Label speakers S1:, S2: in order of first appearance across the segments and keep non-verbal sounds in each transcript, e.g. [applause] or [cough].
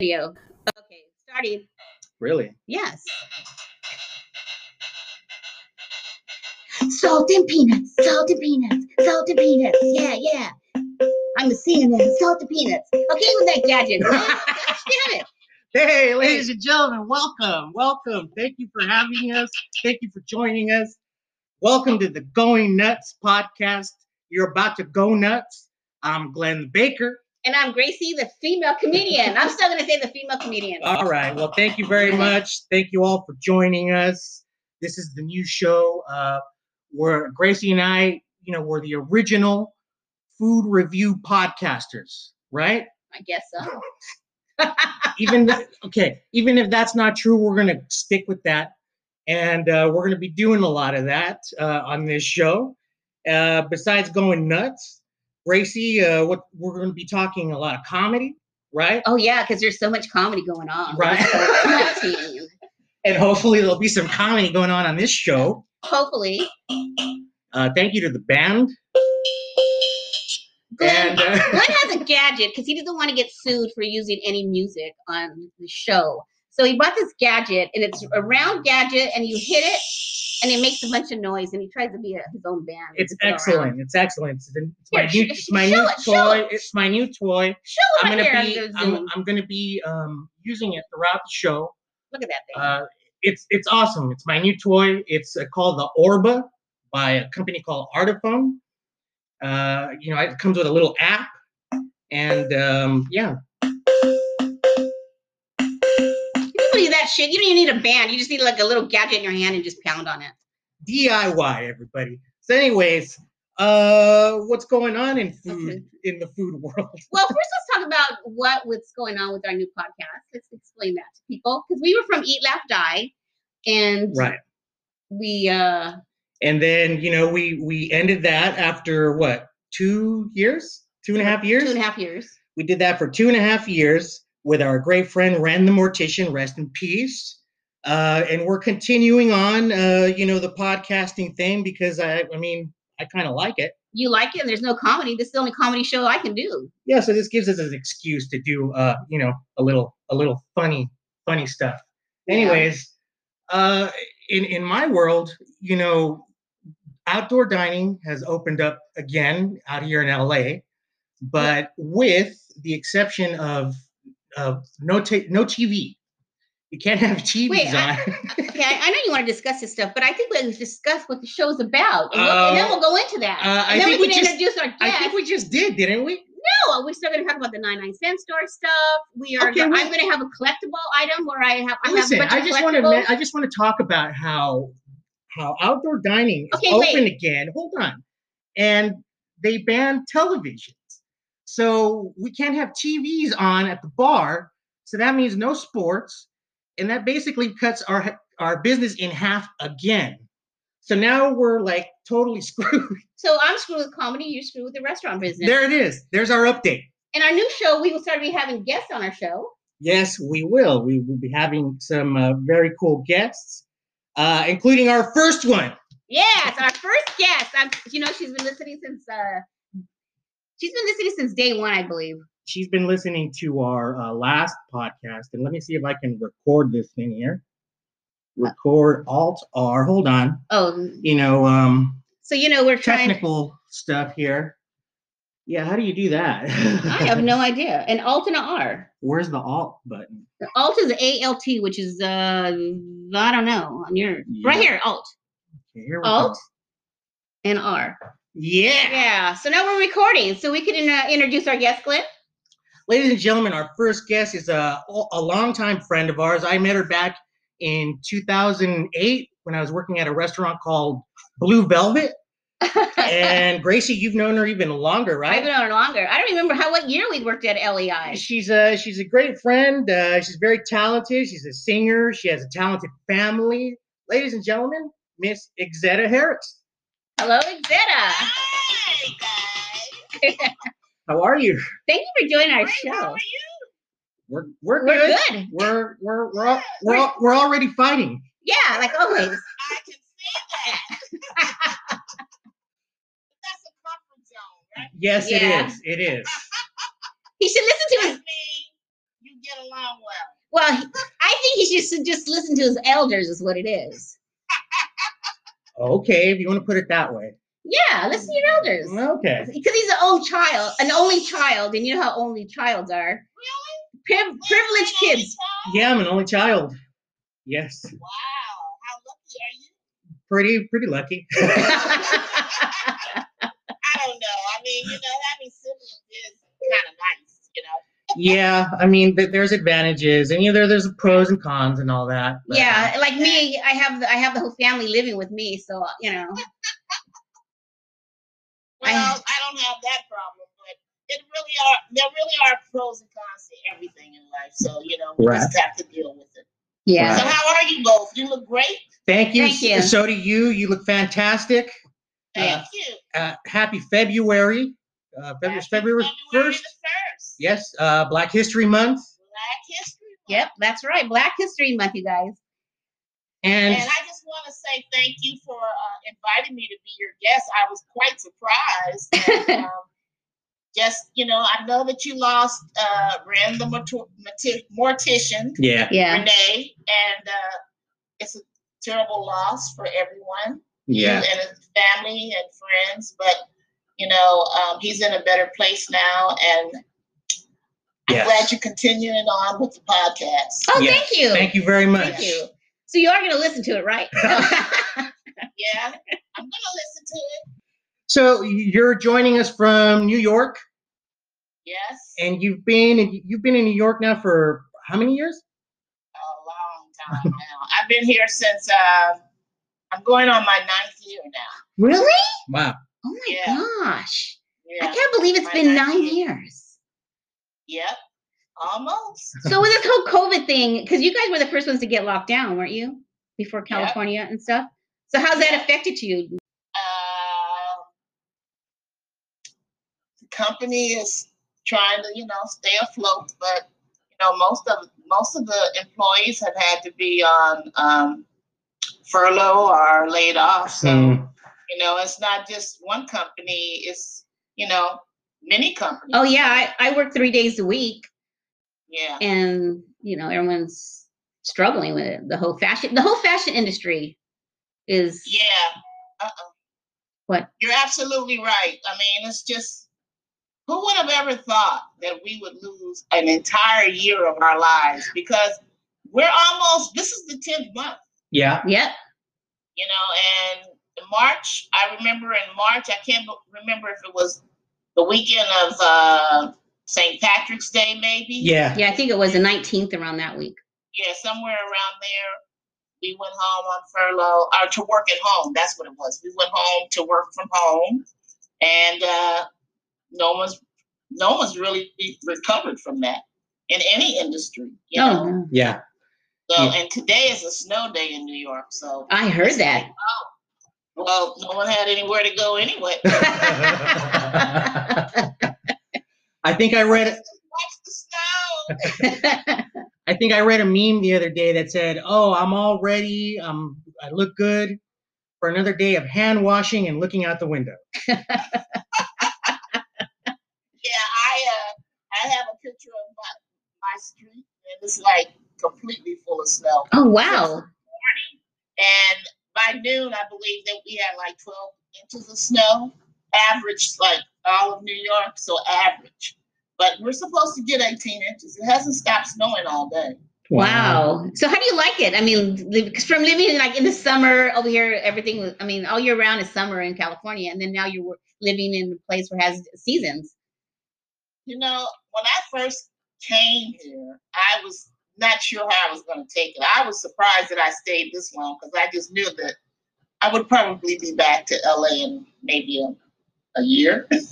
S1: video. Okay, starting.
S2: Really?
S1: Yes. Salt and peanuts, salt and peanuts, salt and peanuts. Yeah, yeah. I'm a CNN, salt and peanuts. Okay with that [laughs] gadget. man. Gosh Damn it.
S2: Hey, ladies and gentlemen, welcome. Welcome. Thank you for having us. Thank you for joining us. Welcome to the Going Nuts podcast. You're about to go nuts. I'm Glenn Baker.
S1: And I'm Gracie, the female comedian. I'm still going to say the female comedian.
S2: All right. Well, thank you very much. Thank you all for joining us. This is the new show uh, where Gracie and I, you know, were the original food review podcasters, right?
S1: I guess so.
S2: even th- okay, even if that's not true, we're gonna stick with that, and uh, we're gonna be doing a lot of that uh, on this show. Uh, besides going nuts, Gracie, uh, what we're gonna be talking a lot of comedy, right?
S1: Oh, yeah, because there's so much comedy going on. [laughs]
S2: Right.
S1: That's so exciting.
S2: And hopefully there'll be some comedy going on on this show.
S1: Hopefully.
S2: Uh, thank you to the band.
S1: Glenn,
S2: And, uh,
S1: Glenn has a gadget because he doesn't want to get sued for using any music on the show. So he bought this gadget, and it's a round gadget, and you hit it, and it makes a bunch of noise, and he tries to be a, his own band.
S2: It's
S1: go around.
S2: excellent. It's excellent. It's, it's my
S1: Here,
S2: new,
S1: sh-
S2: it's my
S1: show
S2: new
S1: it, show
S2: toy. It's my new toy.
S1: Show
S2: I'm
S1: him right
S2: gonna
S1: here
S2: be.
S1: on the
S2: I'm,
S1: Zoom.
S2: I'm gonna be um, using it throughout the show.
S1: Look at that thing.
S2: uh, it's it's awesome. It's my new toy. It's uh, called the Orba by a company called Artifone. Uh, you know, it comes with a little app, and um, yeah,
S1: you don't need that shit. You don't even need a band. You just need like a little gadget in your hand and just pound on it.
S2: DIY everybody. So, anyways, uh, what's going on in food in the food
S1: [laughs]
S2: world?
S1: Well, first let's talk about what what's going on with our new podcast. Let's explain that to people because we were from Eat Laugh Die, and
S2: right.
S1: we uh
S2: And then you know we we ended that after what two years, two and a half years.
S1: two and a half years.
S2: We did that for two and a half years with our great friend Ren the Mortician, rest in peace. Uh, and we're continuing on, uh, you know, the podcasting thing because I, I mean, I kind of like it.
S1: you like it and there's no comedy this is the only comedy show i can do
S2: Yeah, so this gives us an excuse to do, uh, you know, a little, a little funny, funny stuff. Anyways, uh, in in my world, you know, outdoor dining has opened up again out here in LA, but with the exception of of no ta- no TV, you can't have TVs
S1: Wait, I-
S2: on. [laughs]
S1: okay I, I know you want to discuss this stuff but i think we'll discuss what the show's about and, we'll- and then
S2: Oh,
S1: we'll go into that
S2: uh, I
S1: and then
S2: think
S1: we
S2: we
S1: can
S2: just-
S1: introduce our
S2: I
S1: guest
S2: think we just did, didn't we?
S1: no we're still going to talk about the 99 cent store stuff we are
S2: Okay,
S1: go-
S2: we-
S1: i'm going to have a collectible item where i have i
S2: Listen,
S1: have a
S2: I
S1: bunch
S2: just
S1: of
S2: want to
S1: collectibles
S2: I just want to talk about how how outdoor dining is
S1: Okay, wait.
S2: open again. Hold on, and they banned televisions, so we can't have TVs on at the bar. So that means no sports, and that basically cuts our our business in half again. So now we're like totally [laughs] screwed.
S1: so i'm screwed with comedy you're screwed with the restaurant business
S2: there it is. There's our update.
S1: and our new show we will start be having guests on our show
S2: Yes, we will. We will be having some uh, very cool guests, uh, including our first one.
S1: Yes, our first guest. I'm, you know, she's been listening since uh, she's been listening since day one, I believe.
S2: she's been listening to our uh, last podcast, and let me see if I can record this thing here.
S1: Uh.
S2: Record Alt R. Hold on,
S1: Oh,
S2: you know, um,
S1: so you know, we're trying.
S2: technical stuff here. Yeah, how do you do that?
S1: I have no idea. An alt and a R.
S2: [laughs] Where's the Alt button?
S1: The alt is A L T, which is uh, I don't know. On your right
S2: Yeah.
S1: here, alt,
S2: Okay, here we go.
S1: alt, and R.
S2: Yeah.
S1: Yeah. So now we're recording, so we can uh, introduce our guest, Glenn.
S2: ladies and gentlemen, our first guest is a a longtime friend of ours. I met her back in 2008 when I was working at a restaurant called Blue
S1: [laughs]
S2: Velvet. and Gracie, you've known her even longer, right?
S1: I've been on longer. I don't remember how what year we worked at E LEI.
S2: She's a she's a great friend. Uh, she's very talented. She's a singer. She has a talented family. Ladies and gentlemen, Miss Exetta Harris.
S1: Hello, Exetta.
S3: Hi guys.
S2: How are you?
S1: Thank you for joining our
S3: Great, How
S1: show.
S3: are you?
S2: We're we're good.
S1: We're good.
S2: We're we're we're al- we're, al- we're already fighting.
S1: Yeah, like always.
S3: I can see that. But that's a comfort zone, right?
S2: Yes,
S1: Yeah.
S2: it is. It is.
S1: He should listen to
S3: I
S1: his
S3: mean, you get get along well.
S1: Well, he- I think he should s- just listen to his elders, is what it is.
S2: Okay, if you want to put it that way.
S1: Yeah, listen to your elders.
S2: Okay.
S1: Because he's an old child, an only child, and you know how only childs are.
S3: Really?
S1: Priv-
S3: Wait,
S1: privileged
S3: wait, wait, [laughs]
S1: kids. [laughs]
S3: wait,
S2: Yeah, I'm an only child. Yes,
S3: wait. Wow. How lucky are you?
S2: pretty pretty lucky.
S3: I don't know. I mean, you know, having siblings is kind of nice, you know.
S2: yeah, I mean th- there's advantages, and you know there, there's pros and cons and all that. but, uh,
S1: yeah, like me, I have the, I have the whole family living with me, so you know. I-
S3: Well, I don't have that problem, but it really are there really are pros and cons to everything in life. So you know, we just have to deal with it.
S1: Yeah.
S3: So how are you both? You look great.
S2: Thank you.
S1: Thank you.
S2: So do you. You look fantastic.
S3: Thank
S2: Yeah.
S3: you.
S2: Uh, happy February. Uh, February,
S3: Happy
S2: February first.
S3: the first.
S2: Yes, uh, Black History Month,
S3: Black History Month.
S1: Yep, that's right. Black History Month, you guys.
S2: and,
S3: And I just want to say thank you for uh, inviting me to be your guest. I was quite surprised. And,
S2: [laughs]
S3: um, just, you know, I know that you lost uh, Ren the morti- morti- mortician,
S2: yeah,
S1: Yeah.
S3: Renee, and uh, it's a terrible loss for everyone
S2: yeah,
S3: and his family and friends. But, you know, um, he's in a better place now. And I'm glad
S2: yes.
S3: you're continuing on with the podcast.
S1: Oh,
S2: Yeah.
S1: thank you.
S2: Thank you very much.
S1: Thank you. So you are going to listen to it, right? [laughs]
S3: Yeah, I'm going to listen to it.
S2: So you're joining us from New York,
S3: Yes.
S2: and you've been you've been in New York now for how many years?
S3: a long time now. I've been here since uh, I'm going on my ninth year now.
S1: really?
S2: Wow.
S1: Oh my
S3: Yeah.
S1: gosh! I
S3: Yeah.
S1: can't believe it's
S3: My
S1: been
S3: ninth
S1: nine
S3: year.
S1: years.
S3: Yep. Almost.
S1: So with this whole COVID thing, because you guys were the first ones to get locked down, weren't you? Before
S3: Yeah.
S1: California and stuff. So how's that
S3: Yeah.
S1: affected you?
S3: Uh, the company is trying to, you know, stay afloat, but you know, most of most of the employees have had to be on um, furlough or laid off. So
S2: Mm.
S3: you know, it's not just one company. It's you know, many companies.
S1: Oh yeah, I, I work three days a week,
S3: yeah.
S1: and you know everyone's struggling with it. The whole fashion, the whole fashion industry is
S3: Yeah. Uh-uh.
S1: What?
S3: You're absolutely right. I mean, it's just who would have ever thought that we would lose an entire year of our lives because we're almost this is the 10th month,
S2: Yeah.
S1: yep.
S3: you know, and in March, I remember in March, I can't be- remember if it was the weekend of uh St. Patrick's Day maybe.
S2: Yeah.
S1: Yeah, I think it was the nineteenth around that week.
S3: Yeah, somewhere around there. We went home on furlough or to work at home. That's what it was. We went home to work from home, and uh, no one's no one's really recovered from that in any industry. You
S1: Oh,
S3: know.
S1: no.
S2: [laughs] Yeah.
S3: So
S2: Yeah.
S3: and today is a snow day in New York. So
S1: I heard that. [laughs]
S3: well, no one had anywhere to go anyway.
S2: I think I [laughs] read
S3: Watch the
S2: [laughs]
S3: snow.
S2: I think I read a meme the other day that said, "Oh, I'm all ready. Um, I look good for another day of hand washing and looking out the window."
S3: Yeah, I uh, I have a picture of my my street, and it's like completely full of snow.
S1: oh wow.
S3: And by noon, I believe that we had like 12 inches of snow, average, like all of New York, so average. But we're supposed to get 18 inches. It hasn't stopped snowing all day.
S1: Wow. So how do you like it? I mean, li- 'cause from living like in the summer over here, everything was, I mean, all year round is summer in California. And then now you're wor- living in a place where it has seasons. [laughs]
S3: You know, when I first came here, I was not sure how I was going to take it. I was surprised that I stayed this long because I just knew that I would probably be back to LA in maybe a, a year. but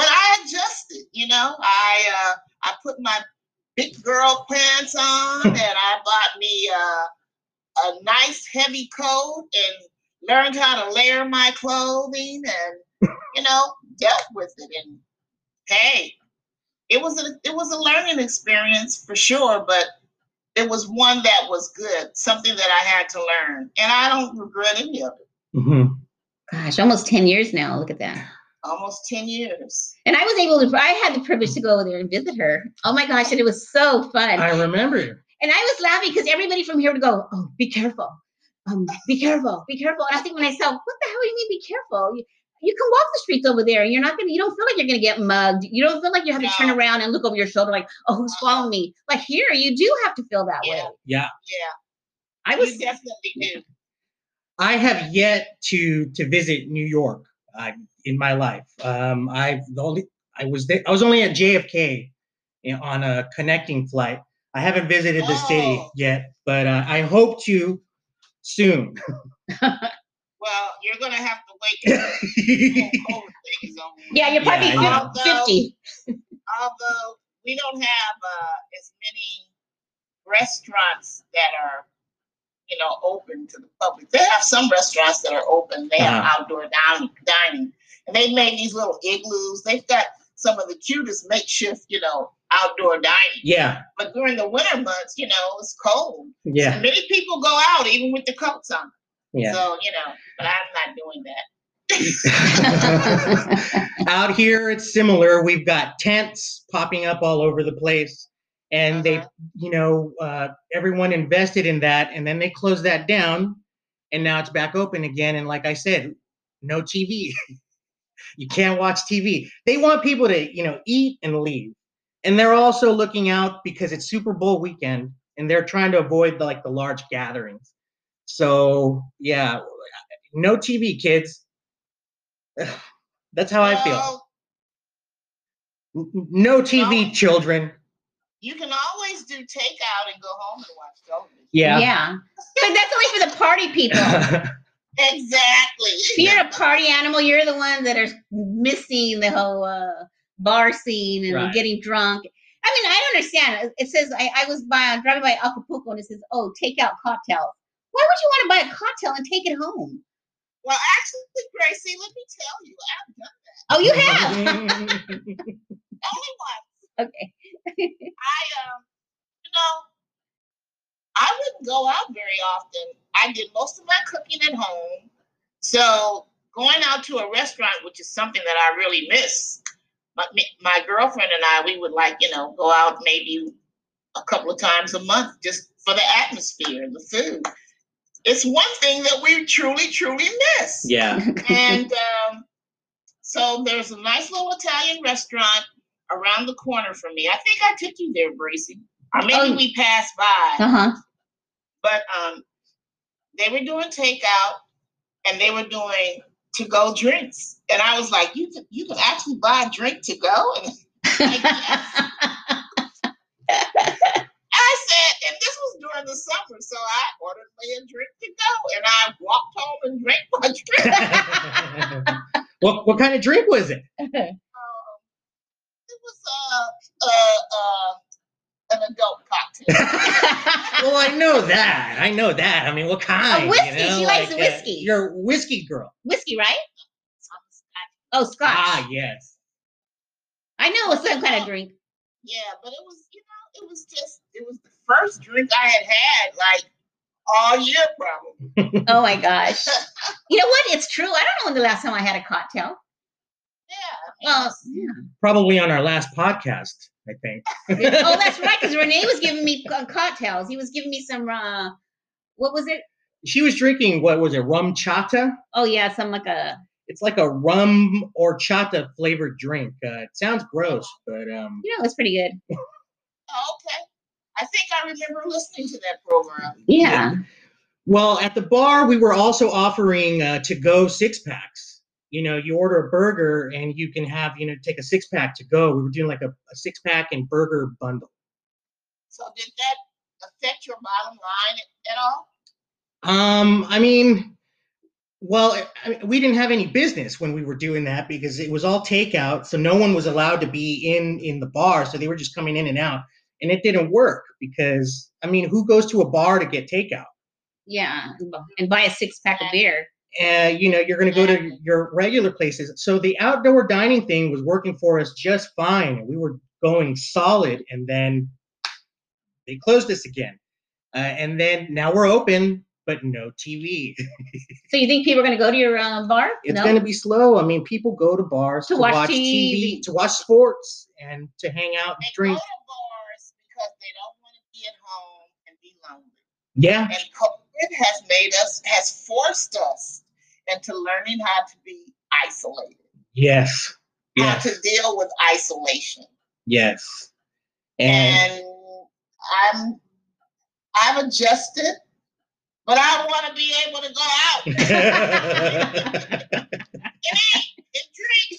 S3: I adjusted. You know, I uh, I put my big girl pants
S1: [laughs]
S3: on, and I bought me uh, a nice heavy coat, and learned how to layer my clothing, and you know, dealt with it. And hey, it was a it was a learning experience for sure, but. It was one that was good, something that I had to learn, and I don't regret any of it.
S2: Mhm.
S1: Gosh, almost 10 years now. Look at that.
S3: almost 10 years.
S1: And I was able to, I had the privilege to go over there and visit her. Oh my gosh, and it was so fun.
S2: I remember you.
S1: and I was laughing because everybody from here would go, "Oh, be careful, um, be careful, be careful." And I think to myself, "What the hell do you mean, be careful? You, you can walk the streets over there, and you're not gonna. You don't feel like you're gonna get mugged. You don't feel like you have to turn
S3: No.
S1: around and look over your shoulder, like, oh, who's following me? Like here, you do have to feel that way.
S3: Yeah.
S2: Yeah.
S3: Yeah,
S1: I
S3: you
S1: was
S3: definitely
S1: [laughs]
S3: do.
S2: I have yet to to visit New York uh, in my life. Um, I the only I was there, I was only at JFK you know, eh, on a connecting flight. I haven't visited the city
S3: Oh.
S2: yet, but uh, I hope to soon. [laughs]
S3: Well, you're gonna have to
S1: [laughs]
S3: wait until [laughs] the whole COVID thing is over.
S1: yeah, you're probably
S2: Yeah, yeah.
S1: 50, 50.
S3: Although we don't have uh, as many restaurants that are, you know, open to the public. They have some restaurants that are open. They have
S2: Uh-huh.
S3: outdoor dining, dining, and they make these little igloos. They've got some of the cutest makeshift, you know, outdoor dining.
S2: yeah,
S3: But during the winter months, you know, it's cold.
S2: yeah,
S3: Many people go out even with the coats on.
S2: yeah.
S3: So, you know, but I'm not doing that.
S2: [laughs] Out here, it's similar. We've got tents popping up all over the place, and they,
S3: Uh-huh.
S2: you know, uh, everyone invested in that, and then they closed that down, and now it's back open again. And like I said, no TV. you can't watch TV. They want people to, you know, eat and leave, and they're also looking out because it's Super Bowl weekend, and they're trying to avoid like the large gatherings. So yeah, no TV, kids. That's how I feel.
S3: Well,
S2: N- n- No TV,
S3: No.
S2: children.
S3: You can always do takeout and go home and watch television.
S1: yeah.
S2: Yeah.
S1: but that's only for the party
S2: [laughs]
S1: people.
S3: Exactly.
S1: If you're a party animal, you're the ones that are missing the whole uh, bar scene and
S2: Right.
S1: getting drunk. I mean, I don't understand. It says I, I was by driving by Acapulco and it says, "Oh, take out cocktails." Why would you want to buy a cocktail and take it home?
S3: Well, actually, Gracie, let me tell you, I've done
S1: Oh, you have.
S2: [laughs]
S3: anyway.
S1: okay.
S3: I um, you know, I wouldn't go out very often. I did most of my cooking at home, so going out to a restaurant, which is something that I really miss. My, me- my girlfriend and I, we would like, you know, go out maybe a couple of times a month just for the atmosphere and the food. It's one thing that we truly, truly miss
S2: yeah.
S3: and um, so there's a nice little Italian restaurant around the corner from me. I think I took you there, Bracy. Or maybe
S1: Oh.
S3: we passed by.
S1: Uh huh.
S3: But um, they were doing takeout and they were doing to go drinks. And I was like, you can, you can actually buy a drink to go? And [laughs] I said, and this was during the summer, so I ordered me a drink to go. And I walked home and drank my [laughs] drink.
S2: [laughs] what what kind of drink was it?
S3: um, it was uh, uh, uh, an adult
S1: [laughs]
S3: cocktail.
S2: well, I know that. I know that. I mean, what kind? you
S1: whiskey.
S2: know,
S1: She likes the
S2: like, uh,
S1: whiskey.
S2: you're a whiskey girl.
S1: [laughs] Whiskey, right? Oh, scotch.
S2: Ah, yes.
S1: I know it's some kind of drink.
S3: yeah, but it was, you know, it was just, it was the first drink I had had like all year, probably.
S1: Oh my gosh. You know what? It's true. I don't know when the last time I had a cocktail.
S3: Yeah. uh, I mean,
S1: Well, yeah.
S2: Probably on our last podcast, I think.
S1: [laughs] oh, that's right. Because Renee was giving me co- cocktails. He was giving me some. Uh, what was it?
S2: [laughs] She was drinking what was it? Rum chata.
S1: Oh yeah, some like a.
S2: It's like a rum or chata flavored drink. Uh, it sounds gross, but um,
S1: You know, it's pretty good.
S3: okay. I think I remember listening to that program.
S1: Yeah.
S2: Well, at the bar, we were also offering uh, to go six packs. You know, you order a burger and you can have, you know, take a six pack to go. We were doing like a, a six pack and burger bundle.
S3: So did that affect your bottom line at, at all?
S2: Um, I mean, well, I- I mean, we didn't have any business when we were doing that because it was all takeout, so no one was allowed to be in in the bar, so they were just coming in and out, and it didn't work because I mean, who goes to a bar to get takeout?
S1: Yeah. and bu- And buy a six pack of beer.
S2: uh, you know you're going to go to your regular places so the outdoor dining thing was working for us just fine and we were going solid and then they closed us again uh, and then now we're open but no TV.
S1: So you think people are going to go to your um, bar?
S2: It's
S1: no.
S2: going to be slow. I mean, people go to bars
S1: To
S2: to,
S1: watch
S2: watch,
S1: TV.
S2: TV, to watch sports, and to hang out and
S3: They go
S2: drink.
S3: to bars because they don't want to be at home and be lonely.
S2: Yeah,
S3: And COVID has made us, has forced us into learning how to be isolated,
S2: yes,
S3: how to
S2: yes,
S3: deal with isolation.
S2: yes. And
S3: And I'm, I've adjusted, but I want to be able to go out and drink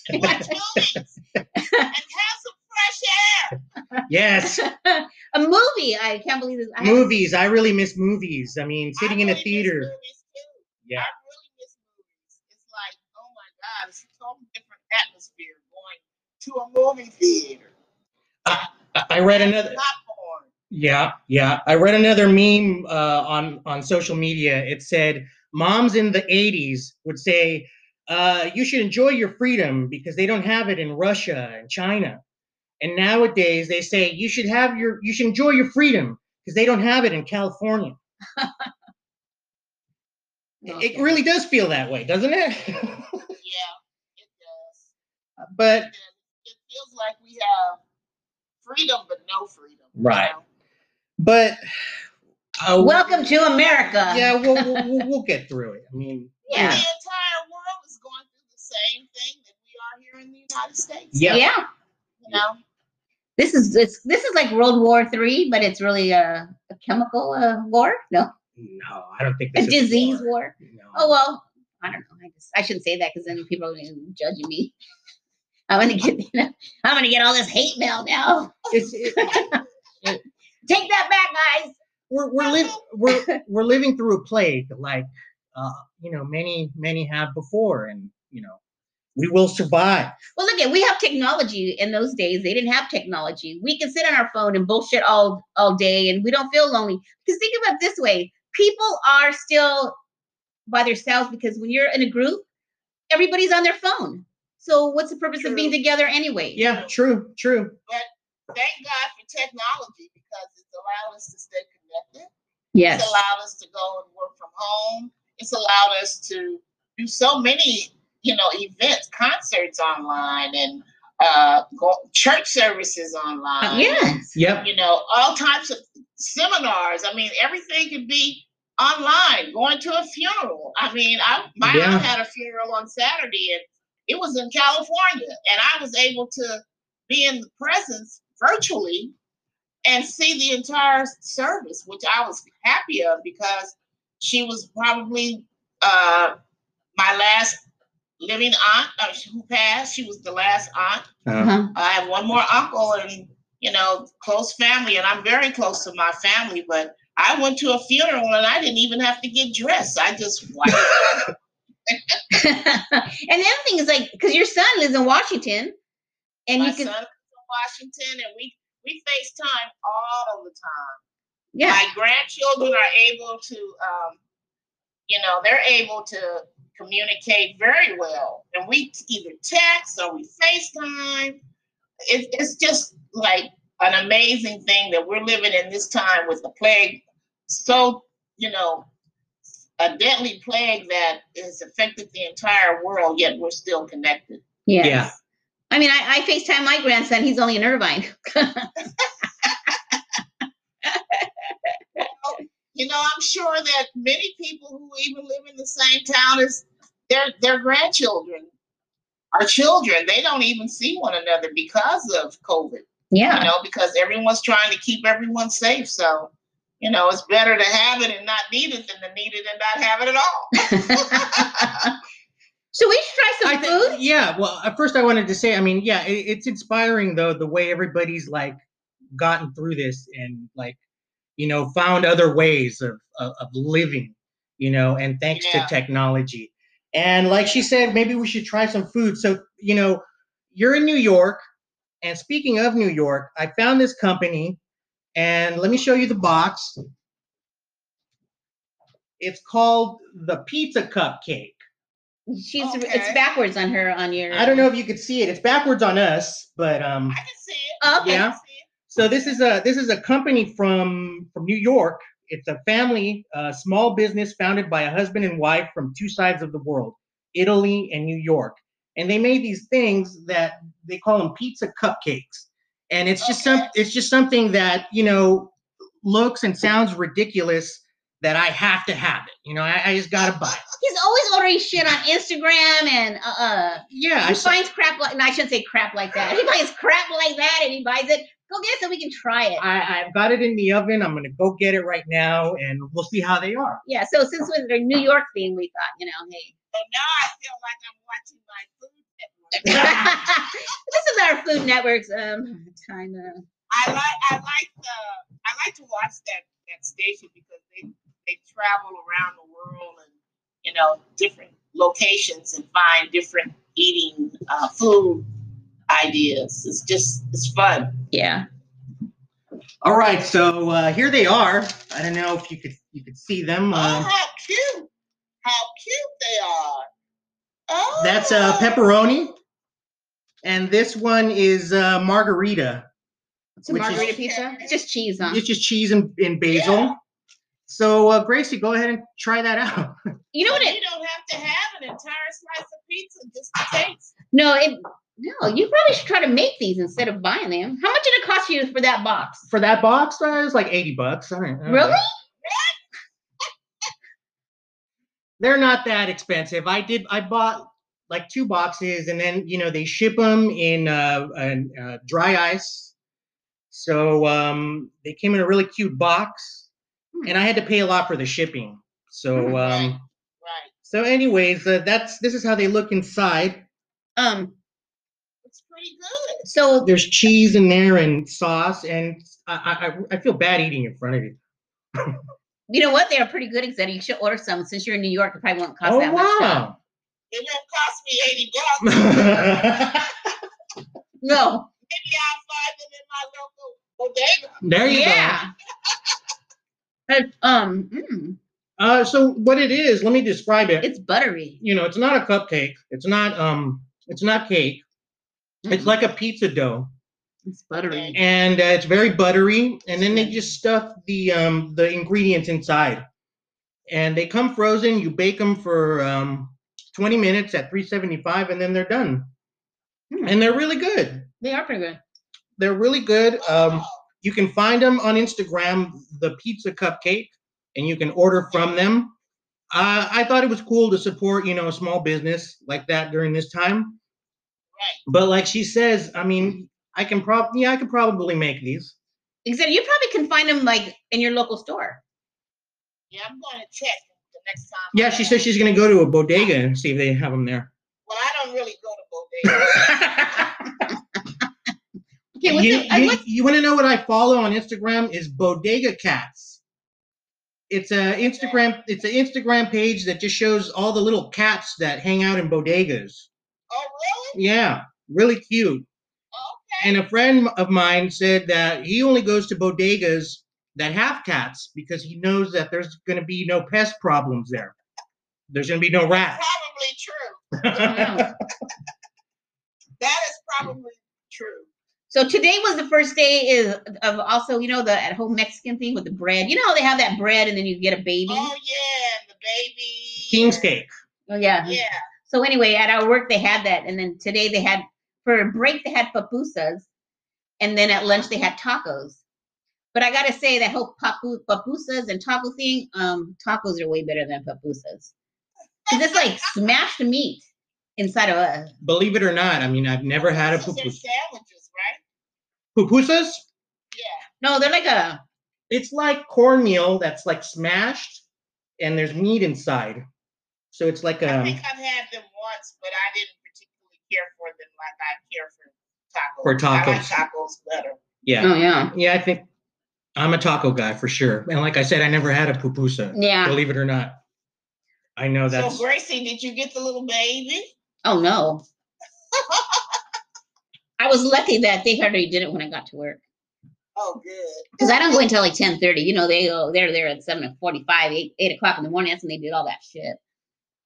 S3: and watch movies and have some fresh air.
S2: [laughs] yes,
S1: a movie. I can't believe this. I haven't-
S2: movies. I really miss movies. I mean, sitting
S3: I
S2: in a
S3: really miss
S2: theater.
S3: movies too.
S2: Yeah.
S3: I really miss movies. It's like, oh my God, it's a total different atmosphere going to a movie theater.
S2: I I read another.
S3: Popcorn.
S2: Yeah, yeah. I read another meme uh, on on social media. It said moms in the '80s would say, uh, "You should enjoy your freedom because they don't have it in Russia and China." And nowadays they say you should have your you should enjoy your freedom because they don't have it in California. It
S1: Okay.
S2: really does feel that way, doesn't it? [laughs]
S3: Yeah, it does.
S2: but
S3: And it feels like we have freedom, but no freedom. you
S2: Right.
S3: know?
S2: but uh,
S1: Welcome to America.
S2: Yeah, we'll, we'll
S1: uh,
S2: we'll- we'll get through it. I mean,
S1: Yeah.
S3: The entire world is going through the same thing that we are here in the United States.
S1: [laughs]
S2: Yeah.
S1: Yeah.
S3: You know?
S1: This is it's, this is like World War Three, but it's really a, a chemical uh, war. No,
S2: no, I don't think
S1: a
S2: this is
S1: disease
S2: war.
S1: war.
S2: No.
S1: Oh well, I don't know. I just I shouldn't say that because then people are going to judge me. [laughs] I'm gonna get [laughs] you know, I'm gonna get all this hate mail now.
S2: It's, it,
S1: Take that back, guys.
S2: we're we're, liv- we're we're living through a plague like uh, you know many many have before and you know we will survive
S1: Well, look at we have technology in those days. They didn't have technology. We can sit on our phone and bullshit all all day, and we don't feel lonely. Because think about it this way: people are still by themselves because when you're in a group, everybody's on their phone. So what's the purpose of being
S3: True.
S1: together anyway?
S2: yeah true true
S3: Thank God for technology because it's allowed us to stay connected.
S1: Yes.
S3: It's allowed us to go and work from home. It's allowed us to do so many, you know, events, concerts online, and uh, go, church services
S1: Uh,
S3: online.
S1: yes.
S2: yep
S3: You know, all types of seminars. I mean, everything could be online. Going to a funeral. I mean, I my
S2: Yeah.
S3: aunt had a funeral on Saturday, and it was in California, and I was able to be in the presence virtually and see the entire service, which I was happy of because she was probably uh, my last living aunt uh, who passed. She was the last aunt.
S2: Uh,
S1: Uh-huh.
S3: I have one more uncle and you know close family, and I'm very close to my family. But I went to a funeral and I didn't even have to get dressed. I
S1: [laughs]
S3: just watched.
S1: and the other thing is like because your son lives in Washington, and
S3: my
S1: you can
S3: son was from Washington, and we we FaceTime all the time.
S1: yeah
S3: my grandchildren are able to um, you know they're able to communicate very well and we either text or we facetime it, it's just like an amazing thing that we're living in this time with the plague so you know a deadly plague that has affected the entire world yet we're still connected
S1: yes.
S2: yeah
S1: I mean, I, I FaceTime my grandson. He's only in Irvine.
S3: you know i'm sure that many people who even live in the same town as their their grandchildren are children they don't even see one another because of covid you
S1: Yeah.
S3: know because everyone's trying to keep everyone safe so you know it's better to have it and not need it than to need it and not have it at all
S1: Should we try some
S2: I
S1: food?
S2: think, yeah well at first i wanted to say i mean yeah it, it's inspiring though the way everybody's like gotten through this and like you know found other ways of of, of living you know and thanks
S3: Yeah.
S2: to technology and like she said maybe we should try some food so you know you're in new york and speaking of new york i found this company and let me show you the box it's called the pizza cupcake
S1: She's it's
S3: Okay.
S1: backwards on her on your.
S2: i don't know if you can see it it's backwards on us but um
S3: [laughs] i can see it
S1: Okay.
S2: Yeah.
S3: I can see it.
S2: So this is a this is a company from from New York, It's a family, uh, small business founded by a husband and wife from two sides of the world, Italy and New York. And they made these things that they call them pizza cupcakes. And it's just some,
S3: Okay.
S2: it's just something that you know looks and sounds ridiculous that I have to have it. You know, I, I just gotta buy it.
S1: He's always ordering shit on Instagram and uh, uh
S2: Yeah, I
S1: he
S2: saw,
S1: finds crap like no, I shouldn't say crap like that. He buys crap like that and he buys it. Go get it so we can try it.
S2: I, I've got it in the oven. I'm gonna go get it right now, and we'll see how they are.
S1: Yeah, so since we're in New York theme, we thought, you know, hey. [laughs]
S3: But now I feel like I'm watching my food network.
S1: this is our Food Network's um time. Uh,
S3: I like I like the I like to watch that that station because they they travel around the world and you know different locations and find different eating uh, food ideas. It's just it's fun.
S1: yeah.
S2: All right, so uh, here they are. I don't know if you could you could see them.
S3: oh,
S2: Uh,
S3: how cute! How cute they are! Oh,
S2: that's uh, pepperoni, and this one is uh, margarita.
S1: It's a
S2: Which is-
S1: margarita pizza. It's just cheese on.
S2: It's just cheese and, and basil.
S3: Yeah.
S2: So uh, Gracie, go ahead and try that out. [laughs]
S1: You know what it
S3: You don't have to have an entire slice of pizza just to taste.
S1: no, it no, you probably should try to make these instead of buying them. How much did it cost you for that box?
S2: For that box, uh, it's like eighty bucks. I don't, I don't know.
S1: Really?
S2: They're not that expensive. I did. I bought like two boxes, and then you know they ship them in uh, an, uh, dry ice. So um, they came in a really cute box,
S1: Hmm.
S2: and I had to pay a lot for the shipping.
S1: Hmm.
S2: So um,
S3: Right.
S2: so anyways, uh, that's this is how they look inside.
S1: Um,
S3: It's pretty good.
S1: so
S2: There's cheese in there and sauce, and I I, I feel bad eating in front of you.
S1: you know what? They're pretty good, except you should order some since you're in New York. It probably won't cost
S2: oh
S1: that much. though.
S2: wow!
S3: It won't cost me eighty bucks.
S2: [laughs]
S1: No.
S3: Maybe I'll find them in my local bodega.
S2: there you go.
S1: yeah. And, um, mm,
S2: Uh, so what it is, let me describe it.
S1: it's buttery.
S2: you know, it's not a cupcake. It's not um, it's not cake. It's
S1: Mm,
S2: like a pizza dough,
S1: it's buttery.
S2: and uh, it's very buttery. And then they just stuff the um, the ingredients inside, and they come frozen. You bake them for um, 20 minutes at 375, and then they're done.
S1: Hmm.
S2: And they're really good.
S1: They are pretty good.
S2: They're really good. Um,
S3: Oh,
S2: you can find them on Instagram, the Pizza Cupcake, and you can order from them. Uh, I thought it was cool to support, you know, a small business like that during this time.
S3: Right.
S2: But like she says, I mean, I can probably, yeah, I could probably make these.
S1: Except you probably can find them like in your local store.
S3: yeah, I'm going to check the next time.
S2: Yeah,
S3: I'm
S2: she
S3: there.
S2: says she's gonna go to a bodega and see if they have them there. [laughs]
S3: Well, I don't really go to bodegas.
S1: Okay, what's
S2: you,
S1: the, I-
S2: you- [laughs]
S1: what's-
S2: you want to know what I follow on Instagram is Bodega Cats. It's a Instagram. It's an Instagram page that just shows all the little cats that hang out in bodegas.
S3: oh, really?
S2: Yeah, really cute.
S3: Okay.
S2: And a friend of mine said that he only goes to bodegas that have cats because he knows that there's going to be no pest problems there. There's going to be no [laughs] rats.
S3: probably true.
S1: Wow.
S3: That is probably true.
S1: so today was the first day is of also you know the at home Mexican thing with the bread. You know how they have that bread and then you get a baby.
S2: Mm-hmm.
S3: Oh, yeah, and the baby.
S2: King's cake.
S1: Oh, yeah.
S3: Yeah.
S1: So anyway, at our work they had that, and then today they had for a break they had papusas, and then at lunch they had tacos. But I gotta say that whole papu- papusas and taco thing, um, tacos are way better than papusas. 'Cause it's like smashed meat inside of a
S2: Believe it or not, I mean, I've never had a
S3: Those are
S2: pupus.
S3: sandwiches, right?
S2: Pupusas?
S3: Yeah.
S1: no, they're like a
S2: It's like cornmeal that's like smashed and there's meat inside. So it's like
S3: I
S2: um
S3: think I've had them once, but I didn't particularly care for them like I care for tacos.
S2: For
S3: I like
S2: tacos.
S3: tacos better.
S2: yeah.
S1: oh yeah
S2: Yeah, I think I'm a taco guy for sure. And like I said, I never had a pupusa.
S1: yeah
S2: Believe it or not. I know that's
S3: So, Gracie, did you get the little baby?
S1: oh no. I was lucky that they already did it when I got to work.
S3: Oh, good.
S1: Because I don't go until like ten thirty. You know, they go they're there at seven forty-five, eight eight o'clock in the morning. That's when they did all that shit.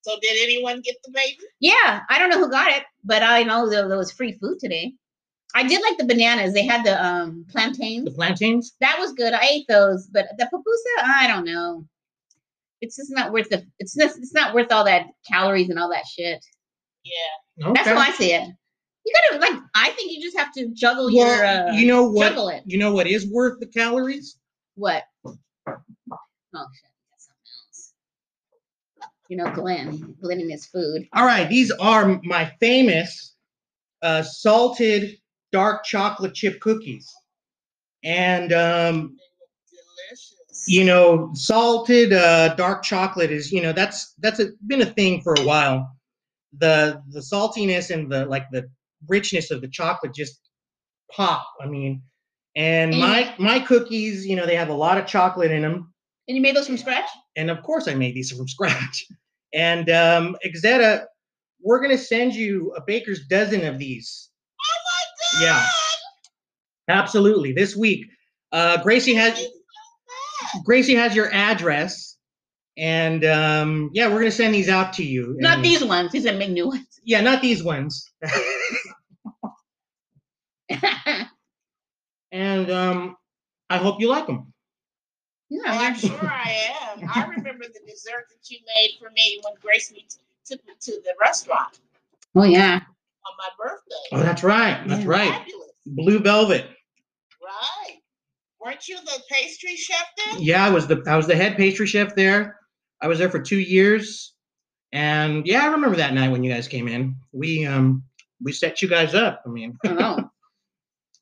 S3: So, did anyone get the baby?
S1: Yeah, I don't know who got it, but I know there, there was free food today. I did like the bananas. They had the um plantains.
S2: The plantains?
S1: That was good. I ate those, but the pupusa, I don't know. It's just not worth the. It's just, it's not worth all that calories and all that shit.
S3: Yeah.
S2: Okay.
S1: That's how I see it. You gotta like. I think you just have to juggle your.
S2: well,
S1: Uh,
S2: you know what?
S1: juggle it.
S2: You know what is worth the calories?
S1: What? Oh shit! That's something else. You know, Glenn. Glenn and his food.
S2: All right, these are my famous uh, salted dark chocolate chip cookies, and um,
S3: Delicious.
S2: you know, salted uh, dark chocolate is you know that's that's a, been a thing for a while. The the saltiness and the like the richness of the chocolate just pop. I mean, and my my cookies, you know, they have a lot of chocolate in them
S1: And you made those from scratch?
S2: and of course I made these from [laughs] scratch. And um, Exeta, we're gonna send you a baker's dozen of these.
S3: Oh my god.
S2: Yeah, absolutely. This week, uh, Gracie has Gracie has your address, and um, yeah, we're gonna send these out to you.
S1: Not
S2: And-
S1: these ones. These are make new ones. [laughs]
S2: Yeah, not these ones.
S1: yeah,
S2: and um, I hope you like them.
S3: Oh, I'm
S1: they're-
S2: [laughs]
S3: sure I am. I remember the dessert that you made for me when Grace me t- took me to the restaurant
S1: Oh yeah.
S3: on my birthday.
S2: Oh, that's right. That's
S1: Yeah.
S2: right.
S3: Fabulous.
S2: Blue velvet.
S3: Right. Weren't you the pastry chef then?
S2: yeah i was the i was the head pastry chef there i was there for two years and yeah i remember that night when you guys came in we um we set you guys up i mean
S1: I don't know.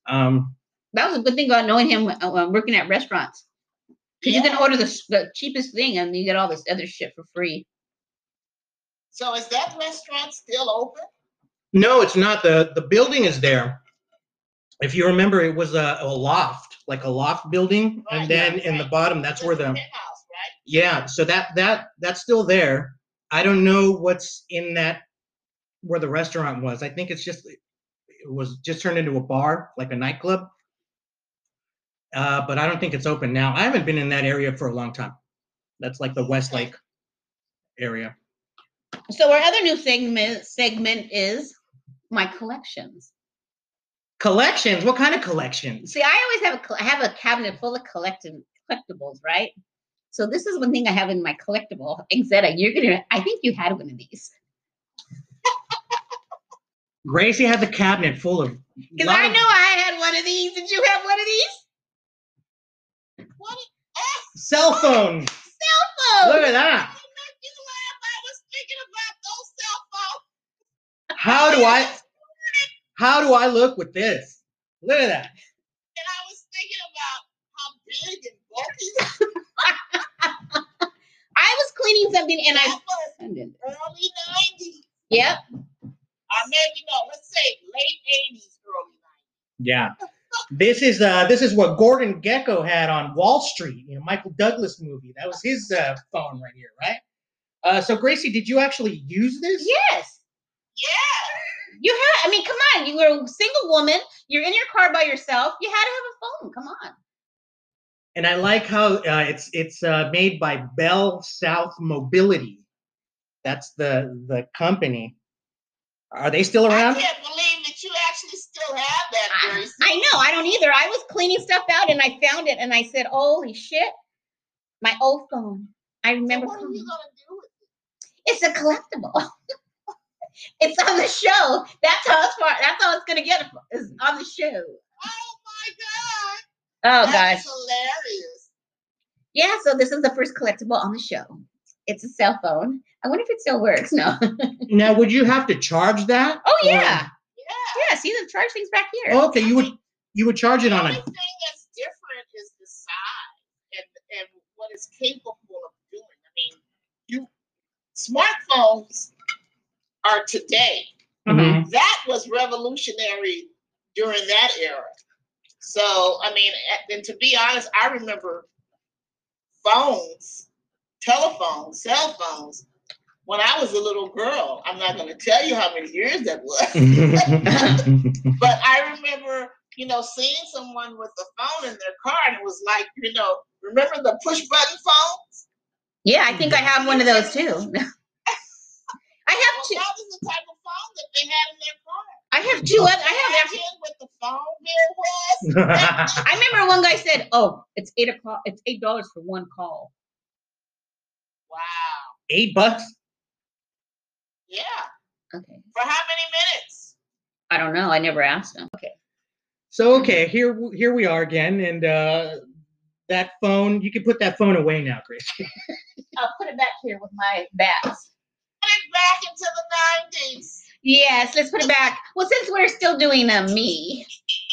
S2: um
S1: That was a good thing about knowing him uh, uh, working at restaurants. Because you can
S3: Yeah.
S1: order the, s- the cheapest thing and you get all this other shit for free.
S3: So is that restaurant still open?
S2: no it's not the the building is there if you remember it was a, a loft like a loft building
S3: Right,
S2: and then
S3: Oh, yeah,
S2: in the
S3: right.
S2: bottom that's where the
S3: penthouse, right?
S2: yeah so that that that's still there i don't know what's in that where the restaurant was i think it's just it was just turned into a bar like a nightclub uh but i don't think it's open now i haven't been in that area for a long time that's like the west lake area
S1: So our other new segment segment is my collections.
S2: collections what kind of collections
S1: See, I always have a col- I have a cabinet full of collecti- collectibles, right? So this is one thing I have in my collectible. Exeta, you're gonna. I think you had one of these
S2: gracie has a cabinet full of
S1: because
S2: lot
S1: I
S2: of-
S1: know I had one of these. Did you have one of these?
S3: What? Ah,
S2: cell phones
S1: Oh,
S2: look at that
S3: you laugh. I was thinking about those cell phones.
S2: how do i how do i look with this look at that
S3: And I was thinking about how big and bulky that
S1: I was cleaning something and I
S3: was
S1: found it.
S3: early 90s.
S1: Yep.
S3: Or maybe, no, let's say late 80s, early 90s.
S2: Yeah. This is uh this is what Gordon Gecko had on Wall Street, you know, Michael Douglas movie. That was his uh, phone right here, right? Uh so Gracie, did you actually use this?
S1: Yes.
S3: Yeah.
S1: You had, I mean, come on. You were a single woman. You're in your car by yourself. You had to have a phone. Come on.
S2: And I like how uh, it's it's uh, made by Bell South Mobility. That's the the company. Are they still
S3: I
S2: around?
S3: can't believe that you actually still have that,
S1: I,
S3: Grace.
S1: I know. I don't either. I was cleaning stuff out and I found it and I said, holy shit, my old phone. I remember.
S3: what are you
S1: calling-
S3: gonna do with it?
S1: It's a collectible. [laughs] it's on the show. That's how it's far. That's all it's gonna get. Is on the show.
S3: Oh my god!
S1: Oh
S3: That
S1: gosh.
S3: is hilarious.
S1: Yeah. So this is the first collectible on the show. It's a cell phone. I wonder if it still works. [laughs] No.
S2: Now, would you have to charge that?
S1: Oh
S2: Or-
S1: yeah. Oh.
S3: Yeah.
S1: Yeah. See the charge things back here.
S2: okay, you would you would charge it
S3: The
S2: on
S3: only
S2: a
S3: thing that's different is the size and and what it's capable of doing. I mean, you smartphones are today.
S1: Mhm.
S2: Mm-hmm.
S3: That was revolutionary during that era. So I mean, a- and to be honest, I remember phones, telephones, cell phones. When I was a little girl, I'm not going to tell you how many years that was. But I remember, you know, seeing someone with a phone in their car, and it was like, you know, remember the push button phone?
S1: Yeah, I think I have one of those too. [laughs] I have
S3: Well,
S1: two.
S3: that was the type of phone that they had in their car.
S1: I have two other. I have.
S3: Imagine with the phone bill was.
S1: I remember one guy said, "Oh, it's eight o'clock. It's eight dollars for one call."
S3: Wow.
S2: [laughs] Eight bucks?
S3: Yeah.
S1: Okay,
S3: For how many minutes?
S1: I don't know. I never asked him. Okay,
S2: So okay, here w- here we are again, and uh, that phone you can put that phone away now, Grace.
S1: I'll put it back here with my bats.
S3: Put it back into the 90s.
S1: Yes, let's put it back. Well, since we're still doing uh, me,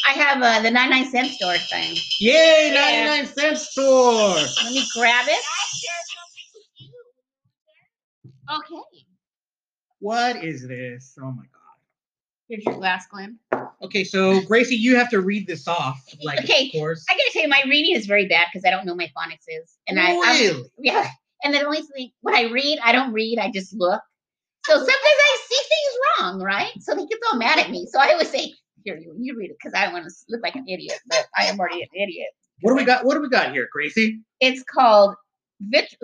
S1: I have uh, the 99 cent store thing.
S2: Yay,
S1: Yeah.
S2: ninety nine cent store.
S1: Let me grab it.
S3: I share something with you.
S1: Okay.
S2: What is this? Oh my god.
S1: Here's your glass, Glenn.
S2: Okay, so Gracie, you have to read this off, like
S1: Okay,
S2: of course.
S1: I gotta tell you, my reading is very bad because I don't know my phonics is, and I I'm-
S2: really?
S1: yeah. And then only thing when I read, I don't read. I just look. So sometimes I see things wrong, right? So he gets all mad at me. So I always say, "Here, you, you read it," because I don't want to look like an idiot. But I am already an idiot.
S2: what do we got? What do we got here, Gracie?
S1: It's called vit-